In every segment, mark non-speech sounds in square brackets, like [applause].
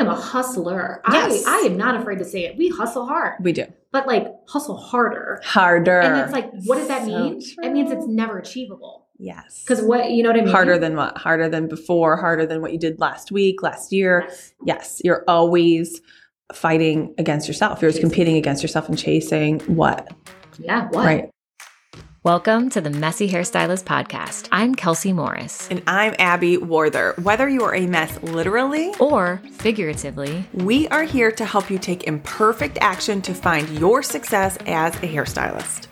am a hustler. Yes. I, I am not afraid to say it. We hustle hard, We do. but like hustle harder. Harder. And it's like, what does that So mean? It true. means it's never achievable. yes. Because what, you know what I mean? harder than what? Harder than before, harder than what you did last week, last year. Yes, you're always fighting against yourself. You're just competing against yourself and chasing what? Yeah, what? Right. Welcome to the Messy Hairstylist Podcast. I'm Kelsey Morris. And I'm Abby Warther. Whether you are a mess literally, Or figuratively, we are here to help you take imperfect action to find your success as a hairstylist.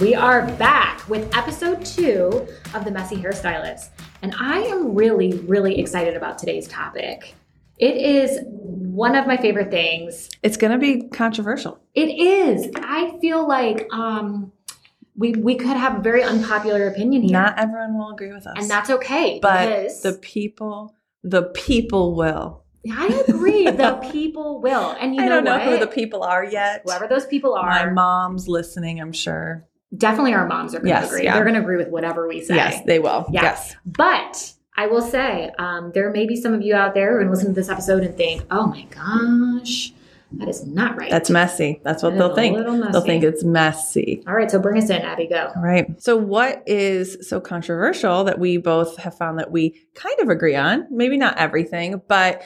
We are back with episode two of The Messy Hairstylist. And I am really, really excited about today's topic. It is one of my favorite things. It's going to be controversial. It is. I feel like um, we, we could have a very unpopular opinion here. Not everyone will agree with us. and that's okay. but because the people, the people will. [laughs] I agree. The people will. And you I know don't know what? who the people are yet. Whoever those people are, My mom's listening, I'm sure. definitely our moms are going Yes, to agree. yeah. They're going to agree with whatever we say. Yes, they will. Yeah. Yes. But I will say, um, there may be some of you out there who are going to listen to this episode and think, oh my gosh, that is not right. That's messy. That's what That is they'll a think. little They'll messy. think it's messy. All right, so bring us in, Abby. Go. All right. So, what is so controversial that we both have found that we kind of agree on? Maybe not everything, but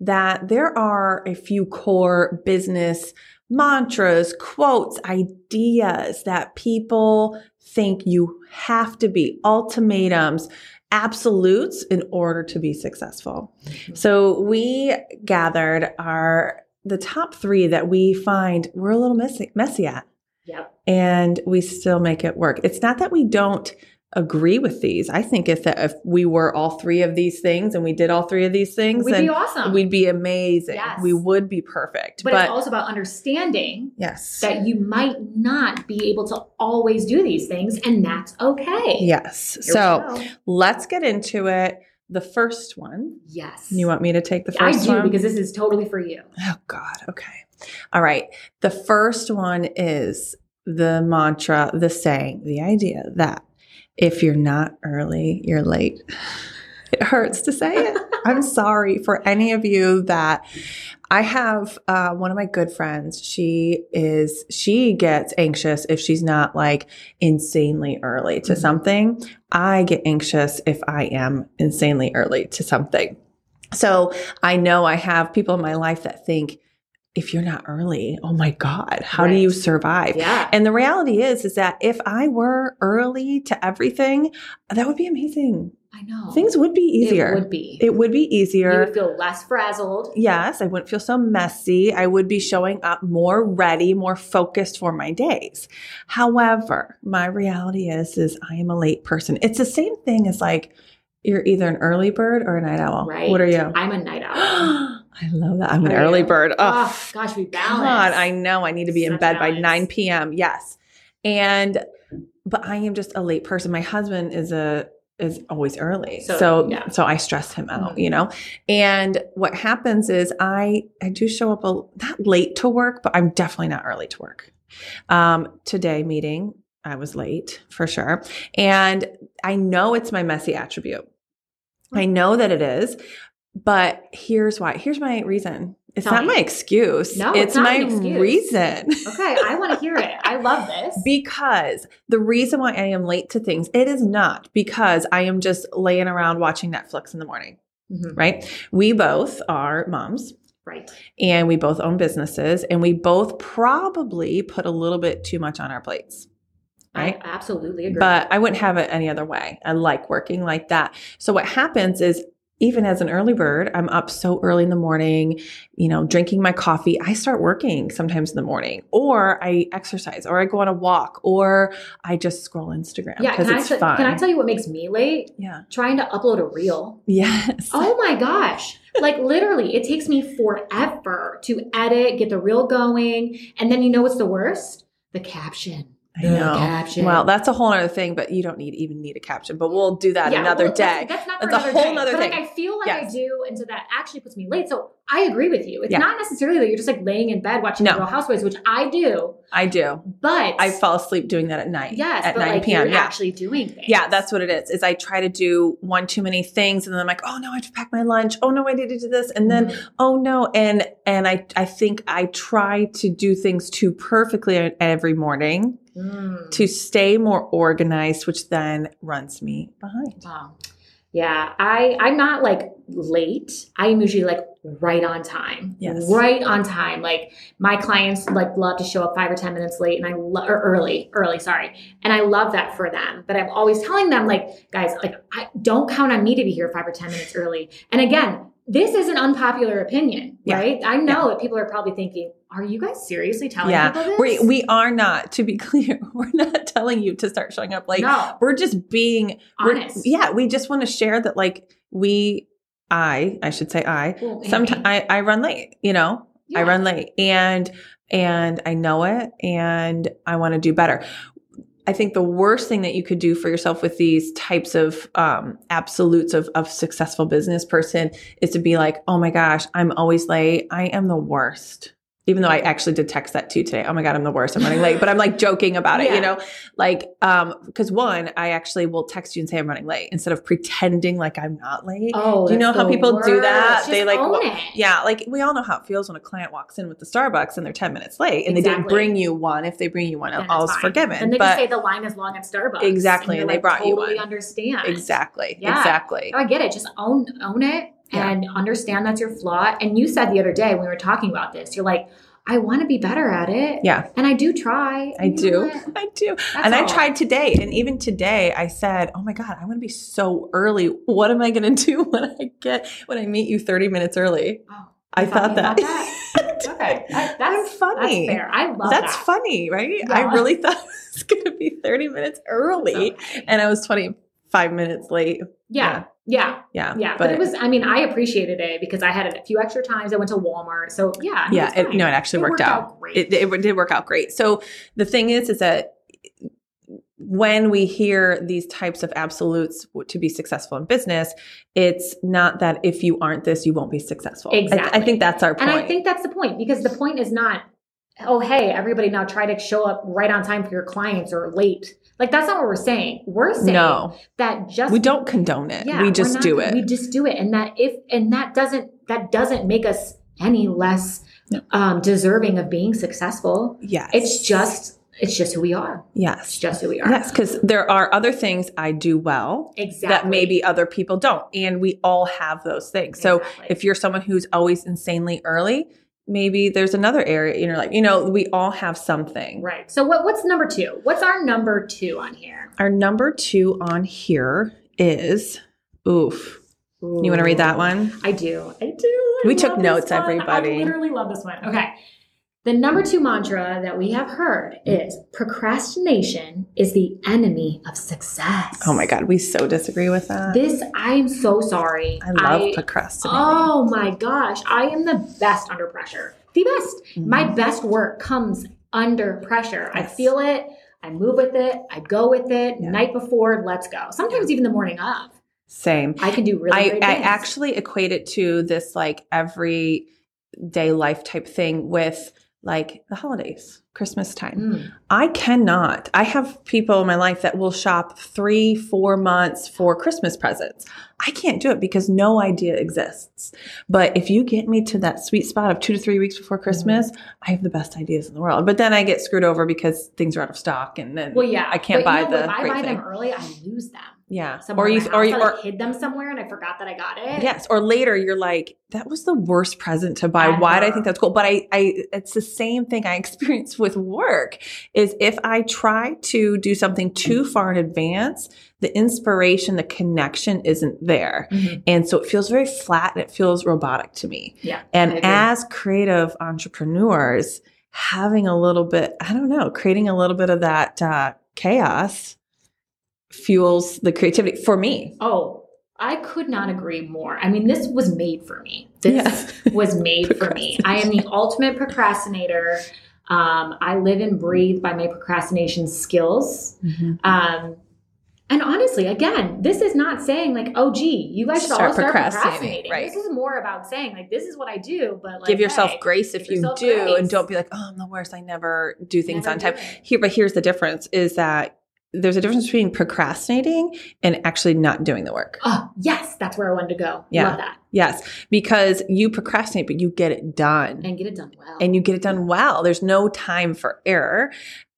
that there are a few core business mantras, quotes, ideas that people think you have to be, ultimatums, absolutes in order to be successful. So, we gathered our the top three that we find we're a little messy, messy at Yep. and we still make it work. It's not that we don't agree with these. I think if that if we were all three of these things and we did all three of these things, We'd be then awesome. we'd be amazing. Yes. We would be perfect. but, But, it's also about understanding yes. that you might not be able to always do these things, and that's okay. yes. Here we So go. let's get into it. The first one. yes. You want me to take the I first do one? because this is totally for you. oh God. Okay. All right. The first one is the mantra, the saying, the idea that if you're not early, you're late. [laughs] It hurts to [laughs] say it. I'm sorry for any of you that I have uh, one of my good friends. She is, she gets anxious if she's not like insanely early Mm-hmm. to something. I get anxious if I am insanely early to something. So I know I have people in my life that think, if you're not early, oh my God, how do Right. you survive? Yeah. And the reality is, is that if I were early to everything, that would be amazing. I know. Things would be easier. Oh, It would be. be you easier. would feel less frazzled. Yes, I wouldn't feel so messy. I would be showing up more ready, more focused for my days. However, my reality is, is I am a late person. It's the same thing as like you're either an early bird or a night owl. Right. What are you? I'm a night [gasps] Oh, owl. I love that. I'm an Are early you? bird. Oh, oh gosh, we God, balance. I know I need to be in Such bed by balance. 9 p.m. Yes. And but I am just a late person. My husband is a is always early. So, So so, yeah. I stress him out, Mhm. you know. And what happens is I I do show up a not late to work, but I'm definitely not early to work. Um today meeting, I was late for sure. And I know it's my messy attribute. I Mm-hmm. know that it is, but here's why. Here's my reason. It's Tell not me. my excuse. No, it's, it's not my an excuse. reason. Okay, I want to hear it. I love this. Because the reason why I am late to things, it is not because I am just laying around watching Netflix in the morning, Mhm. right? We both are moms Right. and we both own businesses and we both probably put a little bit too much on our plates. Right? I absolutely agree. But I wouldn't have it any other way. I like working like that. So what happens is even as an early bird, I'm up so early in the morning, you know, drinking my coffee. I start working sometimes in the morning, or I exercise, or I go on a walk, or I just scroll Instagram yeah, because can I, it's tell- fun. can I tell you what makes me late? yeah. [laughs] Trying to upload a reel. Yes. Oh my gosh. Like literally, it takes me forever to edit, get the reel going. And then you know what's the worst? The caption. I The know. caption. Well, that's a whole other thing, but you don't need even need a caption. But we'll do that Yeah, another well, day. [laughs] That's, that's not for That's a another whole day. nother but thing. like I feel like Yes. I do, and so that actually puts me late. So I agree with you. It's Yeah. not necessarily that you're just like laying in bed watching No. The Real Housewives, which I do, I do. but I fall asleep doing that at night. yes, at but 9 like p.m. you're Yeah. actually doing things. Yeah, that's what it is. Is I try to do one too many things, and then I'm like, oh no, I have to pack my lunch. Oh no, I need to do this, Mm-hmm. and then oh no, and and I I think I try to do things too perfectly e-, every morning Mm. to stay more organized, which then runs me behind. Wow. Yeah, I I'm not like late. I am usually like right on time. Yes. Right on time. Like my clients like love to show up 5 or 10 minutes late and I lo- or early, early, sorry. And I love that for them. But I'm always telling them like guys, like I don't count on me to be here 5 or 10 minutes early. And again, this is an unpopular opinion, Yeah. right? I know that people are probably thinking, are you guys seriously telling Yeah. people this? We we are not to be [laughs] clear. We're not telling you to start showing up late. no, We're just being we're- honest. yeah, we just want to share that like we I I should say I Well, sometimes I, I run late, you know? Yeah. I run late and and I know it and I want to do better. I think the worst thing that you could do for yourself with these types of um, absolutes of, of successful business person is to be like, oh my gosh, I'm always late. I am the worst. Even though I actually did text that to you today. Oh my God, I'm the worst. I'm running [laughs] late. But I'm like joking about it, Yeah. you know? Like, um, because one, I actually will text you and say I'm running late instead of pretending like I'm not late. Oh, Do you that's know how the people do that? worst. Just They, like, own it. Yeah, like we all know how it feels when a client walks in with the Starbucks and they're 10 minutes late and they didn't Exactly. bring you one. If they bring you one, then all's it's fine. forgiven. And they but just say the line is long at Starbucks. Exactly, you're and they like, brought you totally one. Understand exactly, Yeah. exactly. No, I get it. Just own own it Yeah. and understand that's your flaw. And you said the other day when we were talking about this, you're like, I want to be better at it. Yeah. and I do try. I And you know do. what? [laughs] I do. That's And I all. tried today. And even today I said, Oh my God, I'm gonna be so early. What am I gonna do [laughs] when I get when I meet you 30 minutes early? Oh, I you thought about that. [laughs] okay, that, that's I'm funny. That's fair. I love That's that. funny, right? Yeah. I really [laughs] thought it was gonna be 30 minutes early. And I was 25 minutes late. Yeah. Yeah, Yeah. yeah, but, it was. I mean, I appreciated it because I had it a few extra times. I went to Walmart, so yeah, yeah, it's it, fine. no, it actually It worked, out. great. it, it did work out great. So the thing is, is that when we hear these types of absolutes to be successful in business, it's not that if you aren't this, you won't be successful. I- I, Exactly. think that's our point. And I think that's the point because the point is not, oh, hey, everybody now try to show up right on time for your clients or late. Like, that's not what we're saying. We're saying no, that just. we don't condone it. Yeah, we we're just not- do it. We just do it. And that if, and that doesn't, that doesn't make us any less um, deserving of being successful. yes. It's just, it's just who we are. It's yes. just who we are. Yes, because there are other things I do well Exactly. that maybe other people don't. And we all have those things. So Exactly. if you're someone who's always insanely early, maybe there's another area in your life. You know, we all have something. right. So what, what's number two? What's our number two on here? Our number two on here is oof. You want to read that one? I do. I do. I We took love this notes, one. everybody. I literally love this one. Okay. The number two mantra that we have heard is procrastination is the enemy of success. Oh my god, we so disagree with that. This, I am so sorry. I love procrastinating. Oh my gosh. I am the best under pressure. The best. Mm-hmm. My best work comes under pressure. I Mm. Yes. feel it. I move with it. I go with it. Yeah. Night before, let's go. Sometimes even the morning of. Same. I can do really I, great I things. actually equate it to this like everyday life type thing with like the holidays, Christmas time. Mm. I cannot. I have people in my life that will shop three, four months for Christmas presents. I can't do it because no idea exists. But if you get me to that sweet spot of two to three weeks before Christmas, I have the best ideas in the world. But then I get screwed over because things are out of stock, and then Well, yeah, I can't But you buy know, the If I great buy thing. them early, I lose them. yeah, Somewhere or you, in my or house. you, I, like, or hid them somewhere, and I forgot that I got it. [laughs] yes, or later you're like, that was the worst present to buy. Why did I think that's cool? But I, I, it's the same thing I [laughs] experienced with work. Is if I try to do something too far in advance, the inspiration, the connection isn't there. Mhm. And so it feels very flat and it feels robotic to me. Yeah. I And agree. as creative entrepreneurs, having a little bit, I don't know, creating a little bit of that uh, chaos fuels the creativity for me. oh, I could not agree more. I mean, this was made for me. This [laughs] Yeah. was made for me. I am the ultimate procrastinator. Um, I live and breathe by my procrastination skills. Mhm. Um, and honestly, again, this is not saying like, oh, gee, you guys should Start all start procrastinating, procrastinating. right. This is more about saying like, this is what I do, but like, give yourself hey, grace if give you yourself do and grace. don't be like oh i'm the worst i never do things never on time do it. here but here's the difference is that there's a difference between procrastinating and actually not doing the work Oh, yes, that's where I wanted to go. Yeah. Love that. yes because you procrastinate but you get it done And get it done well. and you get it done well there's no time for error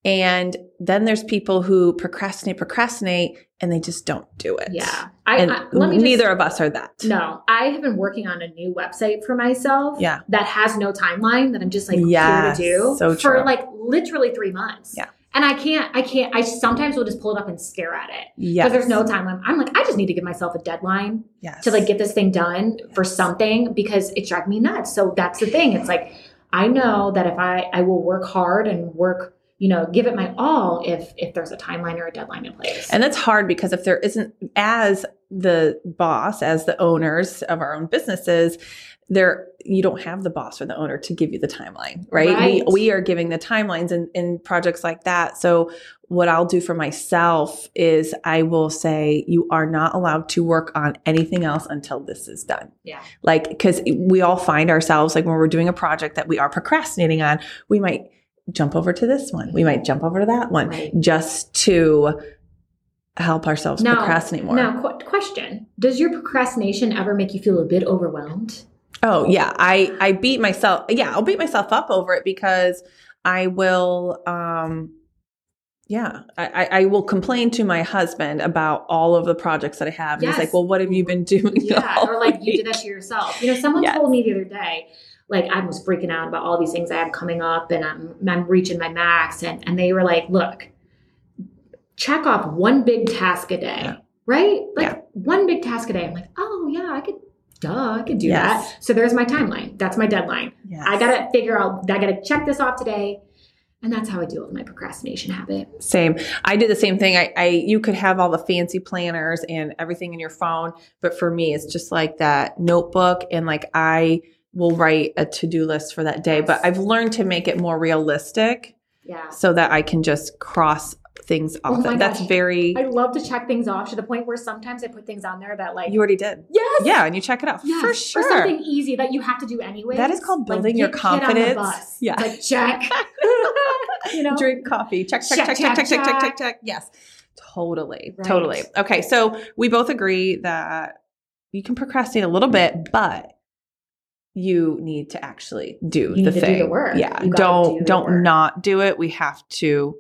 and then there's people who procrastinate procrastinate and they just don't do it yeah. I, and I let me just- neither of us are that No, I have been working on a new website for myself. Yeah. That has no timeline that I'm just like Yes, here to do so for true. like literally three months. Yeah. And I can't, I can't, I sometimes will just pull it up and stare at it. yeah Because there's no timeline. I'm like, I just need to give myself a deadline yes. to like get this thing done for something because it's driving me nuts. So that's the thing. It's like I know that if I I will work hard and work, you know, give it my all if if there's a timeline or a deadline in place. And that's hard because if there isn't, as the boss, as the owners of our own businesses, there you don't have the boss or the owner to give you the timeline, right? Right. We we are giving the timelines in, in projects like that. So what I'll do for myself is I will say you are not allowed to work on anything else until this is done. Yeah. Like because we all find ourselves like when we're doing a project that we are procrastinating on, we might jump over to this one. We might jump over to that one Right. just to help ourselves Now- procrastinate more. Now, qu- question: Does your procrastination ever make you feel a bit overwhelmed? Oh yeah, I I beat myself. Yeah, I'll beat myself up over it because I will. um yeah, I, I- I will complain to my husband about all of the projects that I have. And he's Yes. like, well, what have [laughs] you been doing? Yeah, all or like you week?" did that to yourself. You know, someone Yes. told me the other day, like I was freaking out about all these things I have coming up, and I'm I'm reaching my max, and and they were like, look, check off one big task a day, Yeah. right? Like Yeah. one big task a day. I'm like, oh yeah, I could. Duh, I could do Yes. that. So there's my timeline. That's my deadline. Yes. I gotta figure out. I gotta check this off today, and that's how I deal with my procrastination habit. Same. I did the same thing. I, I you could have all the fancy planners and everything in your phone, but for me, it's just like that notebook and like I will write a to do list for that day. But I've learned to make it more realistic Yeah. so that I can just cross things off. Oh my That's gosh. very. I love to check things off to the point where sometimes I put things on there that like you already did. yes, Yeah, and you check it off yes, for or sure. something easy that you have to do anyway. That is called building your confidence. Yeah. like check. [laughs] [laughs] you know, Drink coffee. Check check Check, check check check check, check check check. check check. Yes, totally, Right. totally. Okay, so we both agree that you can procrastinate a little bit, but you need to actually do You need the to do the thing. work. Yeah, You gotta don't do the don't work. not do it. We have to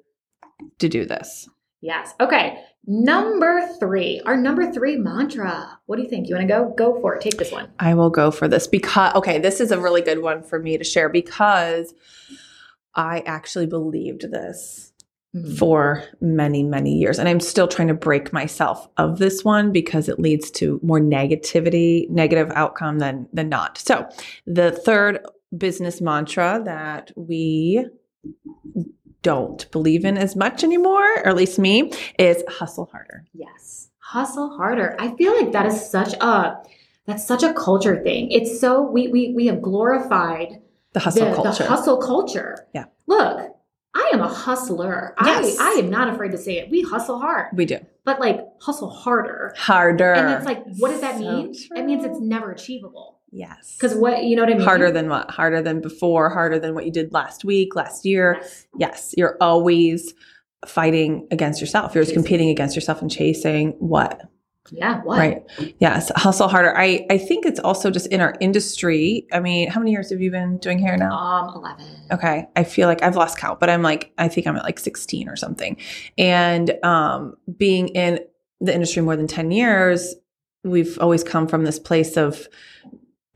to do this. yes. Okay, number three. Our number three mantra. What do you think? You want to go? Go for it. Take this one. I will go for this because okay, this is a really good one for me to share because I actually believed this Hmm, for many, many years. And I'm still trying to break myself of this one because it leads to more negativity, negative outcome than than not. So the third business mantra that we don't believe in as much anymore, or at least me, is hustle harder. Yes. Hustle harder. I feel like that is such a that's such a culture thing. It's so we we we have glorified The hustle the, the culture. hustle culture. Yeah. Look, I am a hustler. Yes. I, I am not afraid to say it. We hustle hard, we do. but like hustle harder. Harder. And it's like, what does that So mean? It means it's true. never achievable. yes. Because what, you know what I mean? harder than what? Harder than before, harder than what you did last week, last year. Yes. yes, you're always fighting against yourself. You're just Chasing. competing against yourself and chasing what? Yeah. What? Right. Yes. Hustle harder. I, I think it's also just in our industry. I mean, how many years have you been doing hair now? Um, 11. Okay. I feel like I've lost count, but I'm like, I think I'm at like 16 or something. And um, being in the industry more than 10 years, we've always come from this place of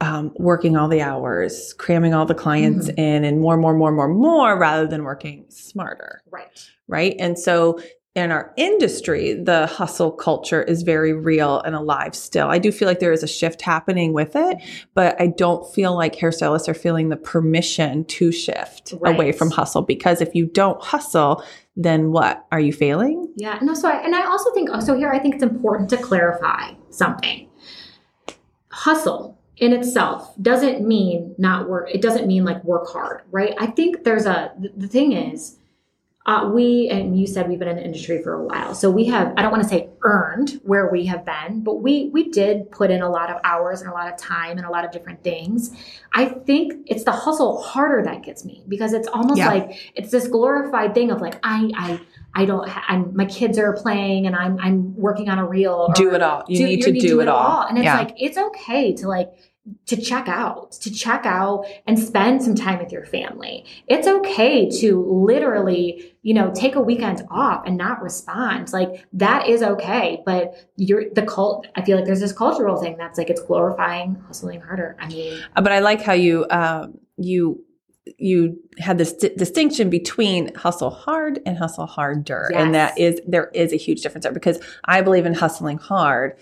um, working all the hours, cramming all the clients Mm-hmm. in, and more, more, more, more, more, rather than working smarter Right. right? And so in our industry, the hustle culture is very real and alive still. I do feel like there is a shift happening with it, but I don't feel like hairstylists are feeling the permission to shift Right. away from hustle because if you don't hustle, then what? Are you failing? Yeah. No, so I, and I also think, so here I think it's important to clarify something. Hustle in itself doesn't mean not work it doesn't mean like work hard right i think there's a the- the thing is uh, we and you said we've been in the industry for a while so we have i don't want to say earned where we have been but we we did put in a lot of hours and a lot of time and a lot of different things i think it's the hustle harder that gets me because it's almost Yeah. like it's this glorified thing of like i i I don't. ha- I'm. My kids are playing, and I'm. I'm working on a reel. or- do it all. You need to do, it all. and it's yeah. like it's okay to like to check out, to check out and spend some time with your family. It's okay to literally, you know, take a weekend off and not respond. Like that is okay, but you're the cult I feel like there's this cultural thing that's like it's glorifying hustling harder. I mean, Uh, but I like how you um, you you had this di- distinction between hustle hard and hustle harder, and that is there is a huge difference there because I believe in hustling hard,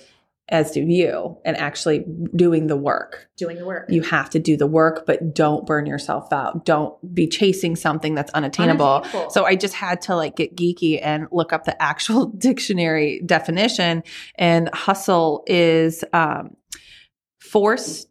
as do you, and actually doing the work. doing the work. You have to do the work, but don't burn yourself out. Don't be chasing something that's unattainable. Unattainable. So I just had to like get geeky and look up the actual [laughs] dictionary definition. And hustle is um, force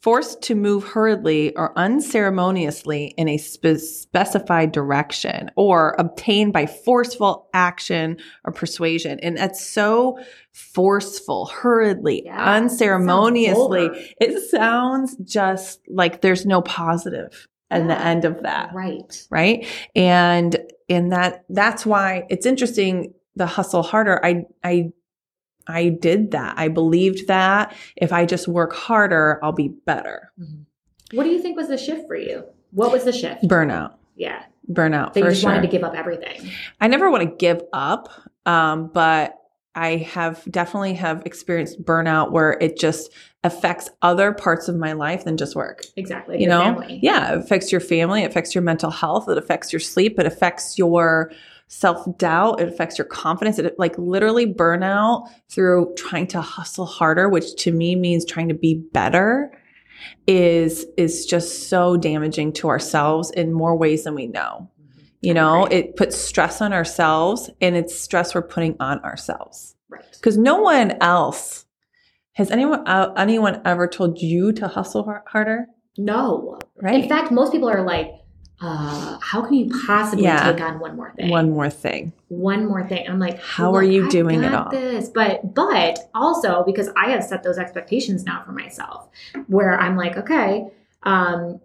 forced to move hurriedly or unceremoniously in a spe- specified direction or obtained by forceful action or persuasion and that's so forceful hurriedly Yeah. unceremoniously Sounds vulgar. it sounds just like there's no positive at the Yeah. end of that right. right and and that that's why it's interesting the hustle harder i i i did that i believed that if i just work harder i'll be better Mm-hmm. What do you think was the shift for you? What was the shift? burnout Yeah. burnout That you for just sure wanted to give up everything. i never want to give up um but i have definitely have experienced burnout where it just affects other parts of my life than just work Exactly. like you your know family. yeah it affects your family it affects your mental health it affects your sleep it affects your self-doubt it affects your confidence it like literally burnout through trying to hustle harder which to me means trying to be better is is just so damaging to ourselves in more ways than we know Mm-hmm. you know it puts stress on ourselves and it's stress we're putting on ourselves Right. because no one else has anyone uh, anyone ever told you to hustle har- harder No. right In fact, most people are like, uh, how can you possibly Yeah. take on one more thing? one more thing. One more thing. I'm like, How are you "Look, I doing it got all?" This. But but also because I have set those expectations now for myself, where I'm like, okay, um,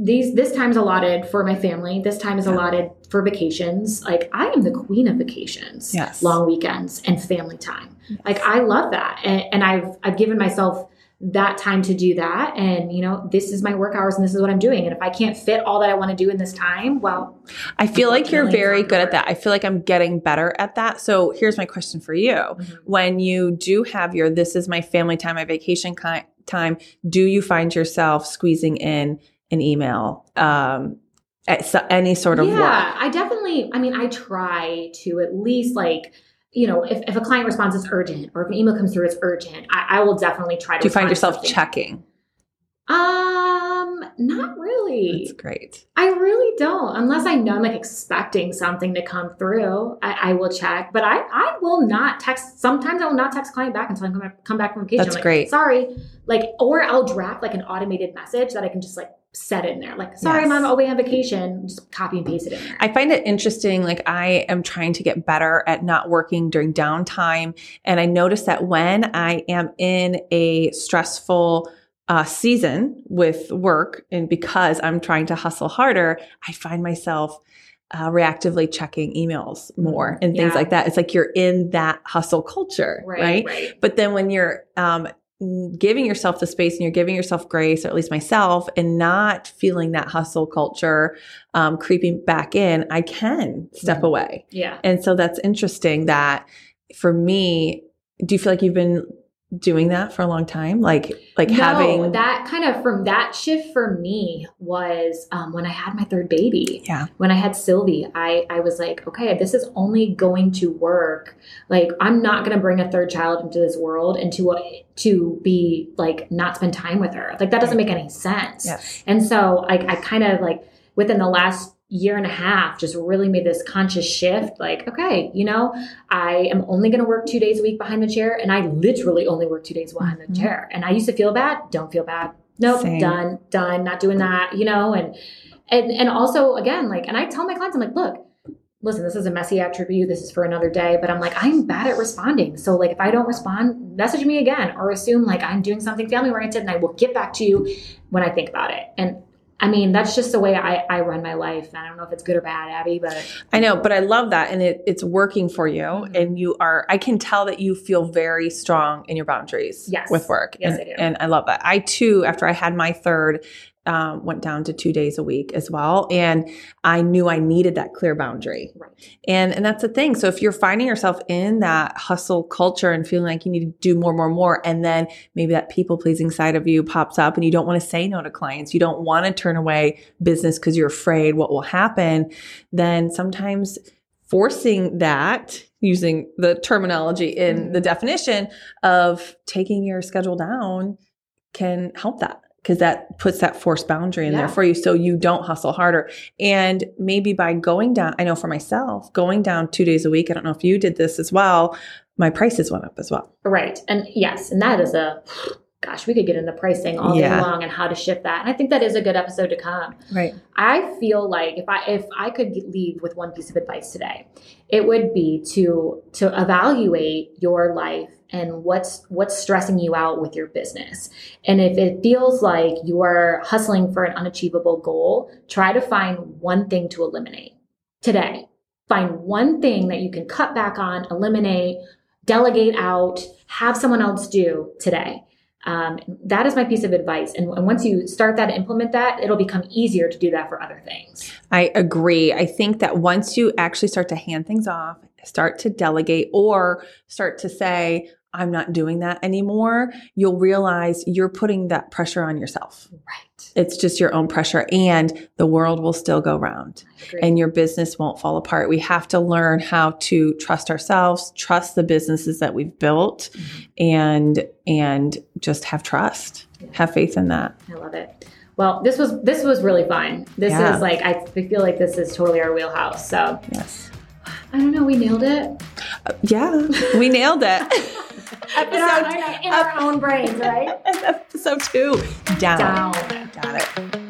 these this time's allotted for my family. This time is Yeah. allotted for vacations. Like I am the queen of vacations, Yes. long weekends and family time. Like I love that, and, and I've I've given myself that time to do that and you know this is my work hours and this is what i'm doing and if i can't fit all that i want to do in this time well I feel like you're Unfortunately, very it's not good at hard. that. I feel like I'm getting better at that. So here's my question for you. When you do have your this is my family time, my vacation ki- time, do you find yourself squeezing in an email, um, at so, any sort of yeah work? i definitely i mean i try to at least like you know if, if a client response is urgent or if an email comes through it's urgent i, I will definitely try to Do you find respond to yourself something. checking? um not really That's great. I really don't, unless I know I'm like expecting something to come through. I, I will check, but I, I will not text. Sometimes I will not text client back until I come, come back from vacation. That's like, great. Sorry, like, or I'll draft like an automated message that I can just like set in there. Like, sorry, Yes. mom, I'm away on vacation. Just copy and paste it in there. I find it interesting. Like I am trying to get better at not working during downtime. And I notice that when I am in a stressful uh, season with work and because I'm trying to hustle harder, I find myself uh, reactively checking emails more and things Yeah. like that. It's like you're in that hustle culture, right, right? right. But then when you're um, giving yourself the space and you're giving yourself grace, or at least myself, and not feeling that hustle culture um, creeping back in, I can step Mhm. away. Yeah. And so that's interesting that for me, do you feel like you've been doing that for a long time? Like, like no, having that kind of from that shift for me was um, when I had my third baby. Yeah. When I had Sylvie, I I was like, okay, this is only going to work. Like, I'm not going to bring a third child into this world and to uh, to be like not spend time with her. Like that doesn't make any sense. Yes. And so I I kind of like within the last year and a half just really made this conscious shift like okay you know i am only going to work two days a week behind the chair and i literally only work two days behind Mhm. the chair and i used to feel bad don't feel bad nope Same. Mm. done done not doing that you know and and and also again like and i tell my clients i'm like look listen this is a messy attribute this is for another day but i'm like i'm bad at responding so like if i don't respond message me again or assume like i'm doing something family oriented and i will get back to you when i think about it and I mean, that's just the way I, I run my life. I don't know if it's good or bad, Abby, but I know, but I love that, and it, it's working for you. Mm-hmm. And you are, I can tell that you feel very strong in your boundaries Yes. with work. Yes, and, I do. and I love that. I too, after I had my third, um, went down to two days a week as well, and I knew I needed that clear boundary. Right. And and that's the thing. So if you're finding yourself in that hustle culture and feeling like you need to do more, more, more, and then maybe that people pleasing side of you pops up, and you don't want to say no to clients, you don't want to turn away business because you're afraid what will happen then sometimes forcing that using the terminology in Mhm. the definition of taking your schedule down can help that because that puts that force boundary in there Yeah. for you so you don't hustle harder and maybe by going down i know for myself going down two days a week i don't know if you did this as well my prices went up as well right. And yes, and that is a gosh, we could get into pricing all Yeah. day long and how to shift that. And I think that is a good episode to come. right I feel like if I if I could leave with one piece of advice today, it would be to to evaluate your life and what's what's stressing you out with your business. And if it feels like you are hustling for an unachievable goal, try to find one thing to eliminate today. Find one thing that you can cut back on, eliminate, delegate out, have someone else do today. Um, that is my piece of advice. And, and once you start that and implement that, it'll become easier to do that for other things. I agree. I think that once you actually start to hand things off, start to delegate, or start to say, I'm not doing that anymore, you'll realize you're putting that pressure on yourself. Right. It's just your own pressure, and the world will still go round Agree. and your business won't fall apart. We have to learn how to trust ourselves, trust the businesses that we've built, and and just have trust. Have faith in that. I love it. Well, this was this was really fun. This Yeah. is like I feel like this is totally our wheelhouse. So Yes. I don't know. We nailed it. Yeah, we nailed it. [laughs] in our, in our, in our own brains, right? episode two down. Down. Got it.